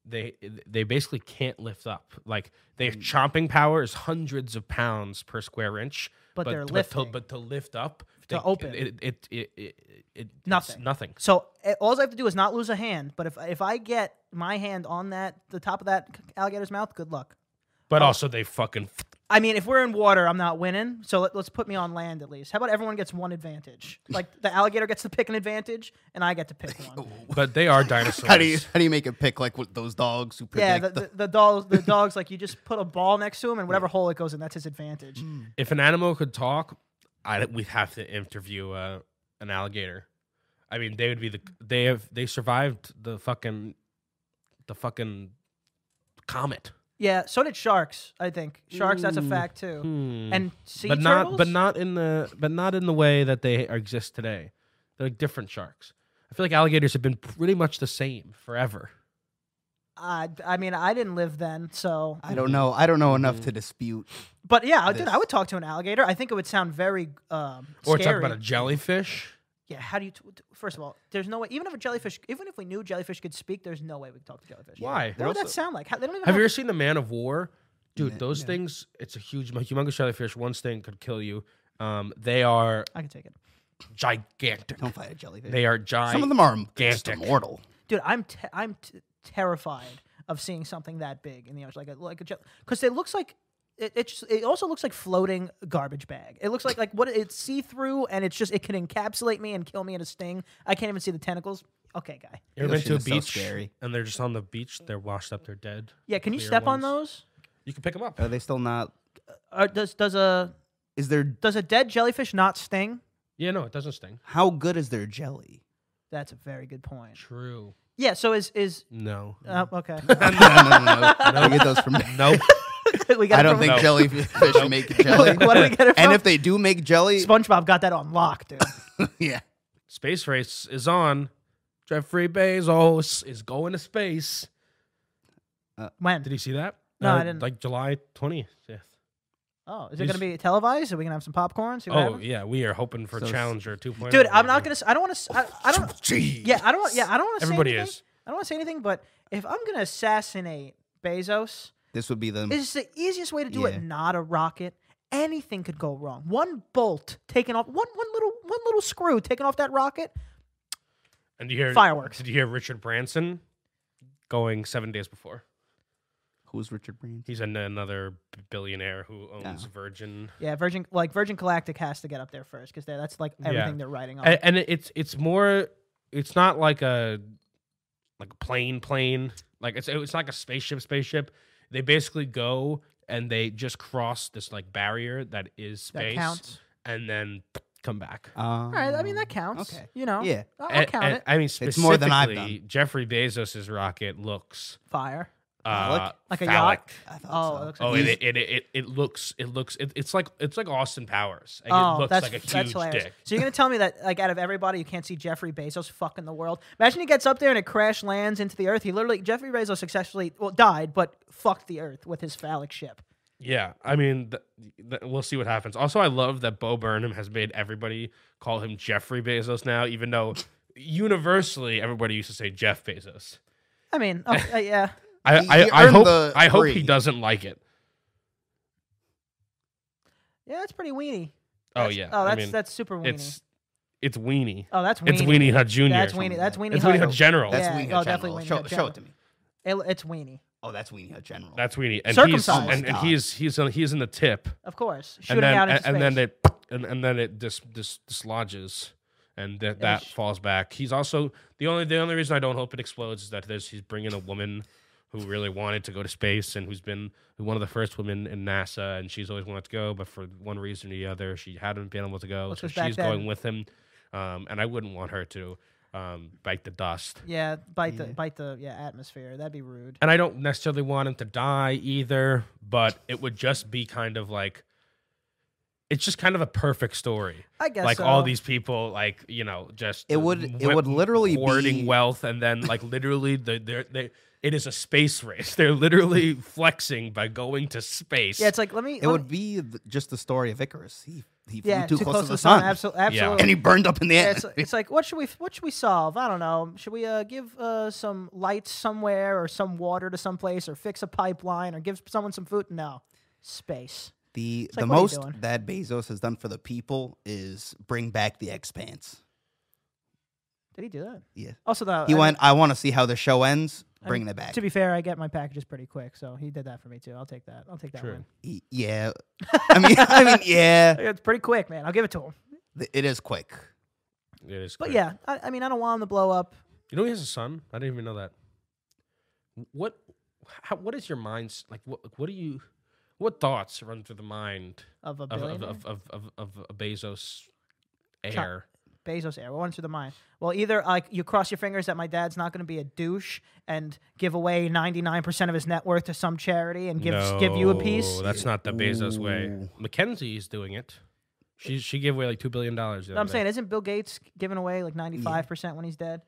Speaker 1: they they basically can't lift up. Like their
Speaker 2: Mm.
Speaker 1: chomping power is hundreds of pounds per square inch.
Speaker 2: But they're
Speaker 1: to-
Speaker 2: lifting.
Speaker 1: To, but to lift up,
Speaker 2: To
Speaker 1: they-
Speaker 2: open.
Speaker 1: it, it, it, it, it it's
Speaker 2: Nothing.
Speaker 1: nothing.
Speaker 2: So eh, all I have to do is not lose a hand. But if if I get my hand on that the top of that alligator's mouth, good luck.
Speaker 1: But
Speaker 2: Oh.
Speaker 1: also, they fucking
Speaker 2: I mean, if we're in water, I'm not winning. So let, let's put me on land at least. How about everyone gets one
Speaker 1: [LAUGHS]
Speaker 2: advantage? Like the alligator gets to pick an advantage, and I get to pick
Speaker 1: Oh,
Speaker 2: one.
Speaker 1: But they
Speaker 2: [LAUGHS]
Speaker 1: are dinosaurs.
Speaker 3: How do you how do you make it pick like with those dogs who predict?
Speaker 2: Yeah, the, the, the dogs, the dogs, like you just put a ball next to him, and whatever hole it goes in, that's his advantage.
Speaker 1: if an animal could talk, I we'd have to interview uh, an alligator. I mean, they would be the they have they survived the fucking the fucking comet.
Speaker 2: Yeah, so did sharks. I think sharks. That's a fact too. And sea
Speaker 1: Mm. Hmm. but
Speaker 2: turtles.
Speaker 1: not but not in the but not in the way that they are- exist today. They're like different sharks. I feel like alligators have been pretty much the same forever.
Speaker 2: I, I mean, I didn't live then, so.
Speaker 3: I don't know. I don't know enough
Speaker 1: Mm-hmm.
Speaker 3: to dispute.
Speaker 2: But yeah, I, dude, I
Speaker 3: This.
Speaker 2: would talk to an alligator. I think it would sound very um,
Speaker 1: Or talk
Speaker 2: scary.
Speaker 1: about a jellyfish.
Speaker 2: yeah, how do you? T- t- first of all, there's no way. Even if a jellyfish, even if we knew jellyfish could speak, there's no way we could talk to jellyfish.
Speaker 1: Why?
Speaker 2: What would that sound like? How, they don't even.
Speaker 1: Have
Speaker 2: have-
Speaker 1: you ever seen the Man of War? Dude,
Speaker 3: No,
Speaker 1: those
Speaker 3: no.
Speaker 1: things, it's a huge, humongous jellyfish. One sting could kill you. Um, they are
Speaker 2: I can take it,
Speaker 1: gigantic.
Speaker 3: Don't fight a jellyfish.
Speaker 1: They are giant.
Speaker 3: Some of them are just
Speaker 1: gigantic.
Speaker 3: immortal.
Speaker 2: dude. I'm te- I'm t- terrified of seeing something that big in the ocean, like a, like a because it looks like. It, it, just, it also looks like floating garbage bag. It looks like like what it's see through and it's just it can encapsulate me and kill me in a sting. I can't even see the tentacles. Okay, guy.
Speaker 1: You ever
Speaker 3: The
Speaker 1: been to
Speaker 3: ocean
Speaker 1: a
Speaker 3: is so
Speaker 1: beach
Speaker 3: scary.
Speaker 1: and they're just on the beach? They're washed up. They're dead.
Speaker 2: Yeah, can you
Speaker 1: Clear
Speaker 2: step on
Speaker 1: ones.
Speaker 2: those?
Speaker 1: You can pick them up.
Speaker 3: Are they still not?
Speaker 2: Or does does a
Speaker 3: Is there
Speaker 2: does a dead jellyfish not sting?
Speaker 1: Yeah, no, it doesn't sting.
Speaker 3: how good is their jelly?
Speaker 2: That's a very good point.
Speaker 1: True.
Speaker 2: Yeah. So is is
Speaker 1: No.
Speaker 2: uh, okay.
Speaker 1: [LAUGHS]
Speaker 3: [LAUGHS]
Speaker 2: [LAUGHS]
Speaker 3: no, no, no, no. I get [LAUGHS] those from.
Speaker 1: Nope.
Speaker 2: we got.
Speaker 3: I
Speaker 2: it
Speaker 3: don't
Speaker 2: from-
Speaker 3: think
Speaker 1: No.
Speaker 3: jellyfish make jelly.
Speaker 2: what do we get it
Speaker 3: [LAUGHS] and
Speaker 2: from?
Speaker 3: if they do make jelly,
Speaker 2: SpongeBob got that on lock,
Speaker 1: [LAUGHS]
Speaker 2: dude.
Speaker 3: [LAUGHS] yeah,
Speaker 1: space race is on. Jeffrey Bezos is going to space.
Speaker 2: When?
Speaker 1: Did you see that? Uh,
Speaker 2: No, I didn't.
Speaker 1: Like July 20th.
Speaker 2: oh, is it gonna be televised? Are we gonna have some popcorn? See what
Speaker 1: Oh,
Speaker 2: happens?
Speaker 1: yeah. We are hoping for
Speaker 3: So s-
Speaker 1: Challenger oh. 2.0.
Speaker 2: Dude, I'm not gonna. s- I don't want to. I, I don't.
Speaker 3: Jeez.
Speaker 2: Yeah, I don't. want- Yeah, I don't want to.
Speaker 1: Everybody
Speaker 2: say anything.
Speaker 1: is.
Speaker 2: I don't want to say anything, but if I'm gonna assassinate Bezos,
Speaker 3: This would be the
Speaker 2: it's the easiest way to do
Speaker 3: Mm. Yeah.
Speaker 2: it. Not a rocket. Anything could go wrong. One bolt taken off. One one little one little screw taken off that rocket.
Speaker 1: And you hear
Speaker 2: Fireworks.
Speaker 1: Did you hear Richard Branson going seven days before?
Speaker 3: who's Richard Branson.
Speaker 1: He's an, another billionaire who owns Virgin.
Speaker 2: Yeah, Virgin like Virgin Galactic has to get up there first because that's like everything they're writing on.
Speaker 1: and, and it- it's it's more it's not like a like a plane plane like it's it's like a spaceship spaceship they basically go and they just cross this like barrier that is
Speaker 2: that
Speaker 1: space
Speaker 2: counts.
Speaker 1: and then come back
Speaker 3: Um,
Speaker 2: All right, I mean that counts.
Speaker 3: okay.
Speaker 2: you know.
Speaker 3: Yeah.
Speaker 2: I'll, I'll
Speaker 1: And-
Speaker 2: count
Speaker 1: and-
Speaker 2: it.
Speaker 1: i mean
Speaker 3: It's
Speaker 1: specifically
Speaker 3: more than I've
Speaker 1: jeffrey bezos's rocket looks
Speaker 2: Fire.
Speaker 1: uh,
Speaker 3: Phallic?
Speaker 2: Like a
Speaker 1: phallic.
Speaker 2: yacht?
Speaker 3: I thought
Speaker 2: Oh,
Speaker 3: so.
Speaker 2: it looks like
Speaker 1: Oh,
Speaker 2: a
Speaker 1: it,
Speaker 2: yacht.
Speaker 1: it, it, it, it looks it looks it, it's like it's like Austin Powers. Like,
Speaker 2: oh,
Speaker 1: it looks
Speaker 2: that's
Speaker 1: like a
Speaker 2: that's
Speaker 1: huge
Speaker 2: hilarious.
Speaker 1: dick.
Speaker 2: So you're gonna tell me that like out of everybody, you can't see Jeffrey Bezos fucking the world? Imagine he gets up there and it crash lands into the earth. He literally Jeffrey Bezos successfully well died, but fucked the earth with his phallic ship.
Speaker 1: Yeah, I mean, th- th- we'll see what happens. Also, I love that Bo Burnham has made everybody call him Jeffrey Bezos now, even though universally everybody used to say Jeff Bezos.
Speaker 2: I mean, oh,
Speaker 1: [LAUGHS]
Speaker 2: uh, yeah.
Speaker 1: I
Speaker 3: He- he
Speaker 1: I, I
Speaker 3: earned
Speaker 1: hope
Speaker 3: the
Speaker 1: I hope he
Speaker 3: three.
Speaker 1: doesn't like it.
Speaker 2: Yeah, that's pretty weenie.
Speaker 1: Oh
Speaker 2: That's-
Speaker 1: yeah.
Speaker 2: Oh,
Speaker 1: I
Speaker 2: that's
Speaker 1: mean,
Speaker 2: that's super weenie.
Speaker 1: it's it's weenie.
Speaker 2: oh, that's weenie.
Speaker 1: It's weenie Hut Junior.
Speaker 2: That's weenie. That's weenie.
Speaker 1: It's Weenie Hut
Speaker 2: Hut.
Speaker 1: General.
Speaker 3: That's
Speaker 2: Yeah,
Speaker 3: Weenie
Speaker 2: oh,
Speaker 3: Hut
Speaker 2: definitely
Speaker 3: General.
Speaker 2: Weenie
Speaker 3: Show,
Speaker 2: Hut
Speaker 3: show
Speaker 2: General.
Speaker 3: it to me.
Speaker 2: It- It's weenie,
Speaker 3: Oh, that's Weenie Hut General.
Speaker 1: That's weenie. And he's
Speaker 2: Circumcised.
Speaker 1: and, and he's he's in, he's in the tip.
Speaker 2: of course. Shooting
Speaker 1: And then
Speaker 2: out
Speaker 1: and,
Speaker 2: into
Speaker 1: and
Speaker 2: space.
Speaker 1: then it and, and then it dis, dis, dislodges and th- that
Speaker 2: sh-
Speaker 1: falls back. He's also the only the only reason I don't hope it explodes is that there's he's bringing a woman who really wanted to go to space and who's been one of the first women in NASA and she's always wanted to go, but for one reason or the other, she hadn't been able to go.
Speaker 2: Which
Speaker 1: so
Speaker 2: was back
Speaker 1: she's
Speaker 2: then.
Speaker 1: going with him, um, and I wouldn't want her to um, bite the dust.
Speaker 2: Yeah, bite the bite the yeah atmosphere. That'd be rude.
Speaker 1: and I don't necessarily want him to die either, but it would just be kind of like it's just kind of a perfect story.
Speaker 2: I guess
Speaker 1: like all
Speaker 2: so.
Speaker 1: these people, like you know, just
Speaker 3: It would- it
Speaker 1: wh-
Speaker 3: would literally
Speaker 1: hoarding
Speaker 3: be-
Speaker 1: wealth, and then like literally the they're, they it is a space race. [LAUGHS] They're literally flexing by going to space.
Speaker 2: Yeah, it's like let me.
Speaker 3: It
Speaker 2: let
Speaker 3: would
Speaker 2: me-
Speaker 3: be th- just the story of Icarus. He, he flew
Speaker 2: yeah
Speaker 3: Oh. too, close, to the sun,
Speaker 2: Absolutely, absolutely.
Speaker 3: [LAUGHS] and he burned up in the
Speaker 2: Yeah,
Speaker 3: air.
Speaker 2: it's, it's like what should we what should we solve? I don't know. Should we uh, give uh, some lights somewhere or some water to someplace or fix a pipeline or give someone some food? No, space.
Speaker 3: the
Speaker 2: like, what are
Speaker 3: the
Speaker 2: you
Speaker 3: most
Speaker 2: doing?
Speaker 3: that Bezos has done for the people is bring back the Expanse.
Speaker 2: Did he do that?
Speaker 3: Yeah.
Speaker 2: Also, the
Speaker 3: He
Speaker 2: Oh, I
Speaker 3: went. I want to see how the show ends.
Speaker 2: mean-
Speaker 3: Bringing it
Speaker 2: mean,
Speaker 3: back.
Speaker 2: To be fair, I get my packages pretty quick, so he did that for me too. I'll take that. I'll take that
Speaker 1: True.
Speaker 2: one.
Speaker 3: Y-
Speaker 2: [LAUGHS]
Speaker 3: Yeah. I mean, [LAUGHS] I mean, yeah.
Speaker 2: It's pretty quick, man. I'll give it to him.
Speaker 3: Th- It is quick.
Speaker 1: it is.
Speaker 2: But
Speaker 1: great.
Speaker 2: yeah, I, I mean, I don't want him to blow up.
Speaker 1: you know he has a son. I didn't even know that. What, how, what is your mind's like? What, what do you, what thoughts run through the mind
Speaker 2: Of a
Speaker 1: of of
Speaker 2: billionaire,
Speaker 1: of of, of, of a Bezos
Speaker 2: Chi-
Speaker 1: heir?
Speaker 2: Bezos air. What runs through the mind? Well, either like you cross your fingers that my dad's not going to be a douche and give away ninety nine percent of his net worth to some charity and give give you a piece.
Speaker 1: No, That's not the Bezos way. Mackenzie is doing it. She she gave away like two billion dollars.
Speaker 2: No, I'm saying, isn't Bill Gates giving away like 95% when he's dead?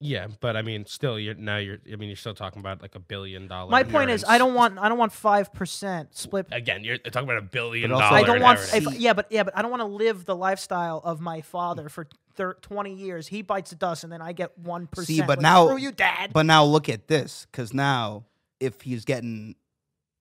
Speaker 1: yeah, but I mean, still, you're now you're. I mean, you're still talking about like a billion dollar.
Speaker 2: My point is, I
Speaker 1: inheritance.
Speaker 2: don't want, I don't want 5% split.
Speaker 1: Again, you're talking about a billion
Speaker 3: also-
Speaker 1: dollar.
Speaker 2: I don't want,
Speaker 1: inheritance.
Speaker 2: if, yeah, but yeah, but I don't want to live the lifestyle of my father for thir- 20 years. He bites the dust, and then I get one percent.
Speaker 3: See, but now-
Speaker 2: screw you, dad. [LAUGHS]
Speaker 3: But now look at this, because now if he's getting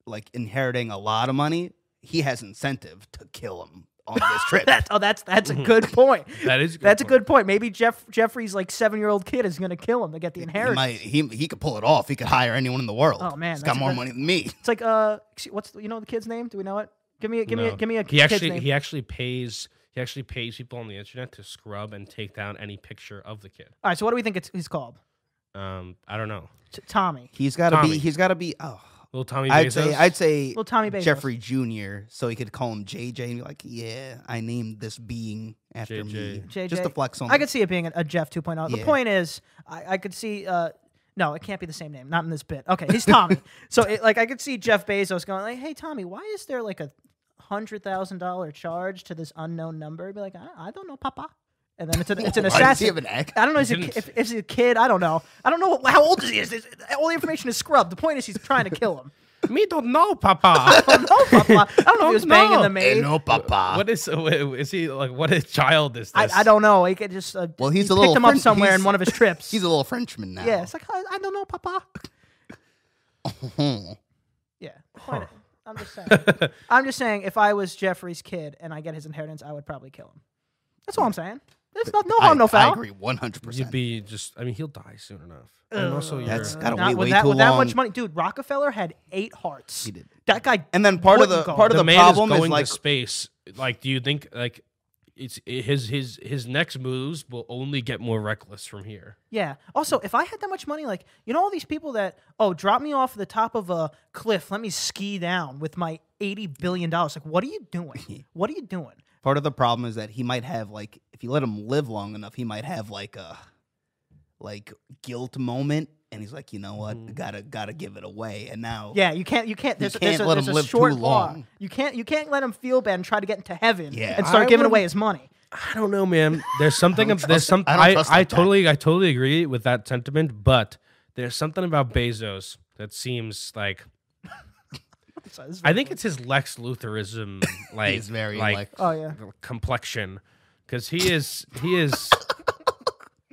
Speaker 3: like inheriting a lot of money, he has incentive to kill him on
Speaker 2: [LAUGHS]
Speaker 3: this trip.
Speaker 2: That's oh, that's that's
Speaker 3: Mm-hmm.
Speaker 2: a good point.
Speaker 1: That is a good
Speaker 2: that's
Speaker 1: point.
Speaker 2: a good point. Maybe Jeff Jeffrey's like seven year old kid is gonna kill him to get the
Speaker 3: he
Speaker 2: inheritance.
Speaker 3: might he, he could pull it off. He could hire anyone in the world.
Speaker 2: Oh, man,
Speaker 3: he's
Speaker 2: that's
Speaker 3: got
Speaker 2: a
Speaker 3: more
Speaker 2: good-
Speaker 3: money
Speaker 2: [LAUGHS]
Speaker 3: than me.
Speaker 2: It's like uh, excuse- what's the, you know the kid's name? Do we know it? Give me a, give me a,
Speaker 1: No.
Speaker 2: give me a
Speaker 1: He
Speaker 2: kid's
Speaker 1: actually
Speaker 2: name.
Speaker 1: he actually pays he actually pays people on the internet to scrub and take down any picture of the kid.
Speaker 2: All right, so what do we think it's he's called?
Speaker 1: Um, I don't know.
Speaker 2: T- Tommy.
Speaker 3: He's got to
Speaker 1: Tommy.
Speaker 3: be. He's got to be. Oh,
Speaker 1: Little Tommy Bezos.
Speaker 3: I'd say I'd say
Speaker 2: Little Tommy Bezos.
Speaker 3: Jeffrey Jr. So he could call him JJ and be like, "Yeah, I named this being after me,
Speaker 1: JJ.
Speaker 2: JJ.
Speaker 3: just to flex on."
Speaker 2: I could see it being a, a Jeff 2.0. The
Speaker 3: Yeah.
Speaker 2: point is, I, I could see. Uh, no, it can't be the same name. Not in this bit. Okay, he's
Speaker 3: [LAUGHS]
Speaker 2: Tommy. so, it, like, I could see Jeff Bezos going, like, "Hey, Tommy, why is there like a hundred thousand dollar charge to this unknown number?" He'd be like, "I, I don't know, Papa." And then it's an, it's an
Speaker 3: [LAUGHS] Why does he
Speaker 2: assassin.
Speaker 3: have an act-
Speaker 2: I don't know. Is he,
Speaker 1: Didn't-
Speaker 2: if, if he's a kid, I don't know. I don't know what, how old he is. This- all the information is scrubbed. The point is, he's trying to kill
Speaker 3: [LAUGHS]
Speaker 2: him.
Speaker 1: Me don't know, Papa.
Speaker 2: I don't know, Papa. I don't know if he was banging
Speaker 1: know.
Speaker 2: the
Speaker 3: Hey,
Speaker 2: maid.
Speaker 3: Oh, Eh, no, papa.
Speaker 1: what is is he like? What a child is
Speaker 2: I,
Speaker 1: this?
Speaker 2: I don't know. He could just uh,
Speaker 3: Well,
Speaker 2: he
Speaker 3: he's a
Speaker 2: picked
Speaker 3: little
Speaker 2: him up
Speaker 3: French-
Speaker 2: somewhere in
Speaker 3: he's-
Speaker 2: one of his trips.
Speaker 3: [LAUGHS] He's a little Frenchman now.
Speaker 2: Yeah, it's like I, I don't know, Papa.
Speaker 3: Hmm.
Speaker 2: yeah, quite a- I'm just [LAUGHS] saying. I'm just saying. If I was Jeffrey's kid and I get his inheritance, I would probably kill him. That's all I'm saying. It's not no
Speaker 3: I,
Speaker 2: harm, no foul.
Speaker 3: I agree, one hundred
Speaker 1: You'd
Speaker 3: percent.
Speaker 1: be just. I mean, he'll die soon enough. and also, you're,
Speaker 3: That's gotta
Speaker 2: Not
Speaker 3: wait
Speaker 2: with
Speaker 3: way
Speaker 2: that,
Speaker 3: too
Speaker 2: with that much
Speaker 3: long.
Speaker 2: money, dude. Rockefeller had eight hearts.
Speaker 3: He did.
Speaker 2: That guy.
Speaker 3: And then part of the
Speaker 2: wouldn't go.
Speaker 3: part of
Speaker 1: the,
Speaker 3: the,
Speaker 1: man
Speaker 3: problem
Speaker 1: is
Speaker 3: is,
Speaker 1: going
Speaker 3: like,
Speaker 1: to space. Like, do you think like it's his his his next moves will only get more reckless from here?
Speaker 2: Yeah. Also, if I had that much money, like you know, all these people that oh, drop me off the top of a cliff, let me ski down with my eighty billion dollars. Like, what are you
Speaker 3: [LAUGHS]
Speaker 2: doing? what are you doing?
Speaker 3: part of the problem is that he might have like if you let him live long enough, he might have like a like guilt moment, and he's like, you know what,
Speaker 1: Mm-hmm.
Speaker 3: gotta gotta give it away, and now
Speaker 2: Yeah, you can't. You can't. There's, a-
Speaker 3: can't
Speaker 2: there's a,
Speaker 3: let
Speaker 2: there's
Speaker 3: him
Speaker 2: a
Speaker 3: live too
Speaker 2: short law.
Speaker 3: long.
Speaker 2: You can't. You can't let him feel bad and try to get into heaven
Speaker 3: Yeah.
Speaker 2: and start
Speaker 1: I
Speaker 2: giving away
Speaker 1: wouldn't- [LAUGHS]
Speaker 2: his money.
Speaker 1: I don't know, man.
Speaker 3: [LAUGHS]
Speaker 1: There's something.
Speaker 3: don't
Speaker 1: ab- there's some.
Speaker 3: trust- I don't
Speaker 1: I,
Speaker 3: trust
Speaker 1: I
Speaker 3: like that.
Speaker 1: totally I totally agree with that sentiment, but there's something about Bezos that seems like
Speaker 2: So this is-
Speaker 1: I think it's his Lex Lutherism like
Speaker 3: [LAUGHS] he's very
Speaker 1: like
Speaker 3: like,
Speaker 2: oh yeah.
Speaker 1: complexion because he is he is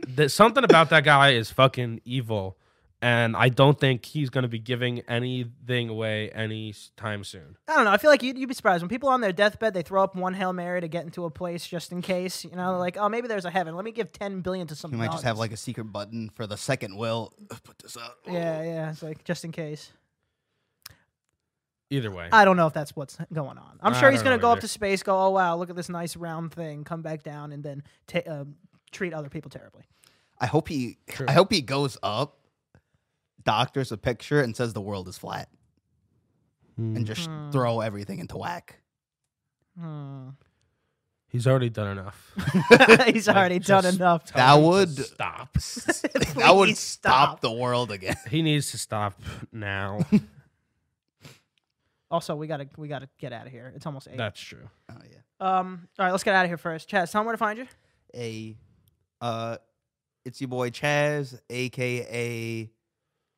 Speaker 1: there's something about that guy is fucking evil, and I don't think he's gonna be giving anything away any s- time soon.
Speaker 2: I don't know. I feel like you'd, you'd be surprised when people on their deathbed they throw up one hail mary to get into a place just in case. You know, like oh maybe there's a heaven. Let me give ten billion to some.
Speaker 3: You might just have
Speaker 2: dogs."
Speaker 3: like a secret button for the second will. Put this up.
Speaker 2: yeah, yeah. It's like just in case.
Speaker 1: Either way,
Speaker 2: I don't know if that's what's going on. I'm
Speaker 1: I
Speaker 2: sure he's
Speaker 1: don't
Speaker 2: gonna
Speaker 1: know
Speaker 2: go up
Speaker 1: either.
Speaker 2: to space, go oh wow, look at this nice round thing, come back down, and then ta- uh, treat other people terribly.
Speaker 3: I hope he. I hope he goes up, doctors a picture, and says the world is flat, and just throw everything into [LAUGHS] whack. [LAUGHS]
Speaker 2: Hmm. [LAUGHS]
Speaker 1: he's already done enough.
Speaker 2: he's already done
Speaker 1: just
Speaker 2: enough.
Speaker 1: Tell
Speaker 3: That
Speaker 1: him to
Speaker 3: would-
Speaker 1: stop.
Speaker 3: that would
Speaker 2: Please
Speaker 3: stop the world again.
Speaker 1: He needs to stop now.
Speaker 2: Also, we gotta we gotta get out of here. It's almost eight.
Speaker 1: That's true.
Speaker 3: [LAUGHS] Oh yeah.
Speaker 2: um, all right, let's get out of here first. Chaz, tell him where to find you.
Speaker 3: a uh it's your boy Chaz, aka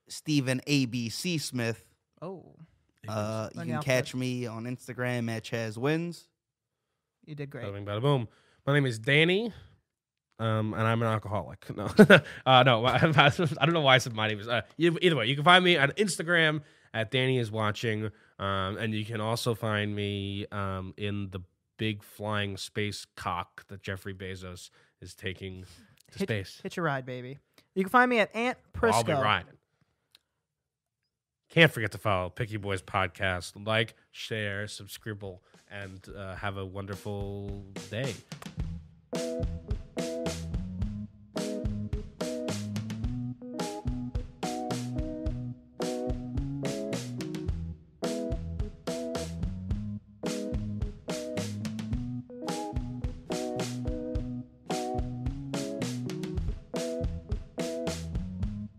Speaker 3: Stephen ABC Smith.
Speaker 2: Oh,
Speaker 3: Uh you
Speaker 2: Learn the
Speaker 3: can
Speaker 2: alphabet.
Speaker 3: catch me on Instagram at Chaz Wins.
Speaker 2: you did great.
Speaker 1: Bada bing, bada boom. My name is Danny, um, and I'm an alcoholic. [LAUGHS] No, uh, no, [LAUGHS] I don't know why I said my name is. Uh, e- either way, you can find me on Instagram at Danny is watching, um, and you can also find me um, in the big flying space cock that Jeffrey Bezos is taking to space.
Speaker 2: Hit your ride, baby. You can find me at Aunt Prisco.
Speaker 1: I'll be riding. Can't forget to follow Picky Boys podcast. Like, share, subscribe, and uh, have a wonderful day.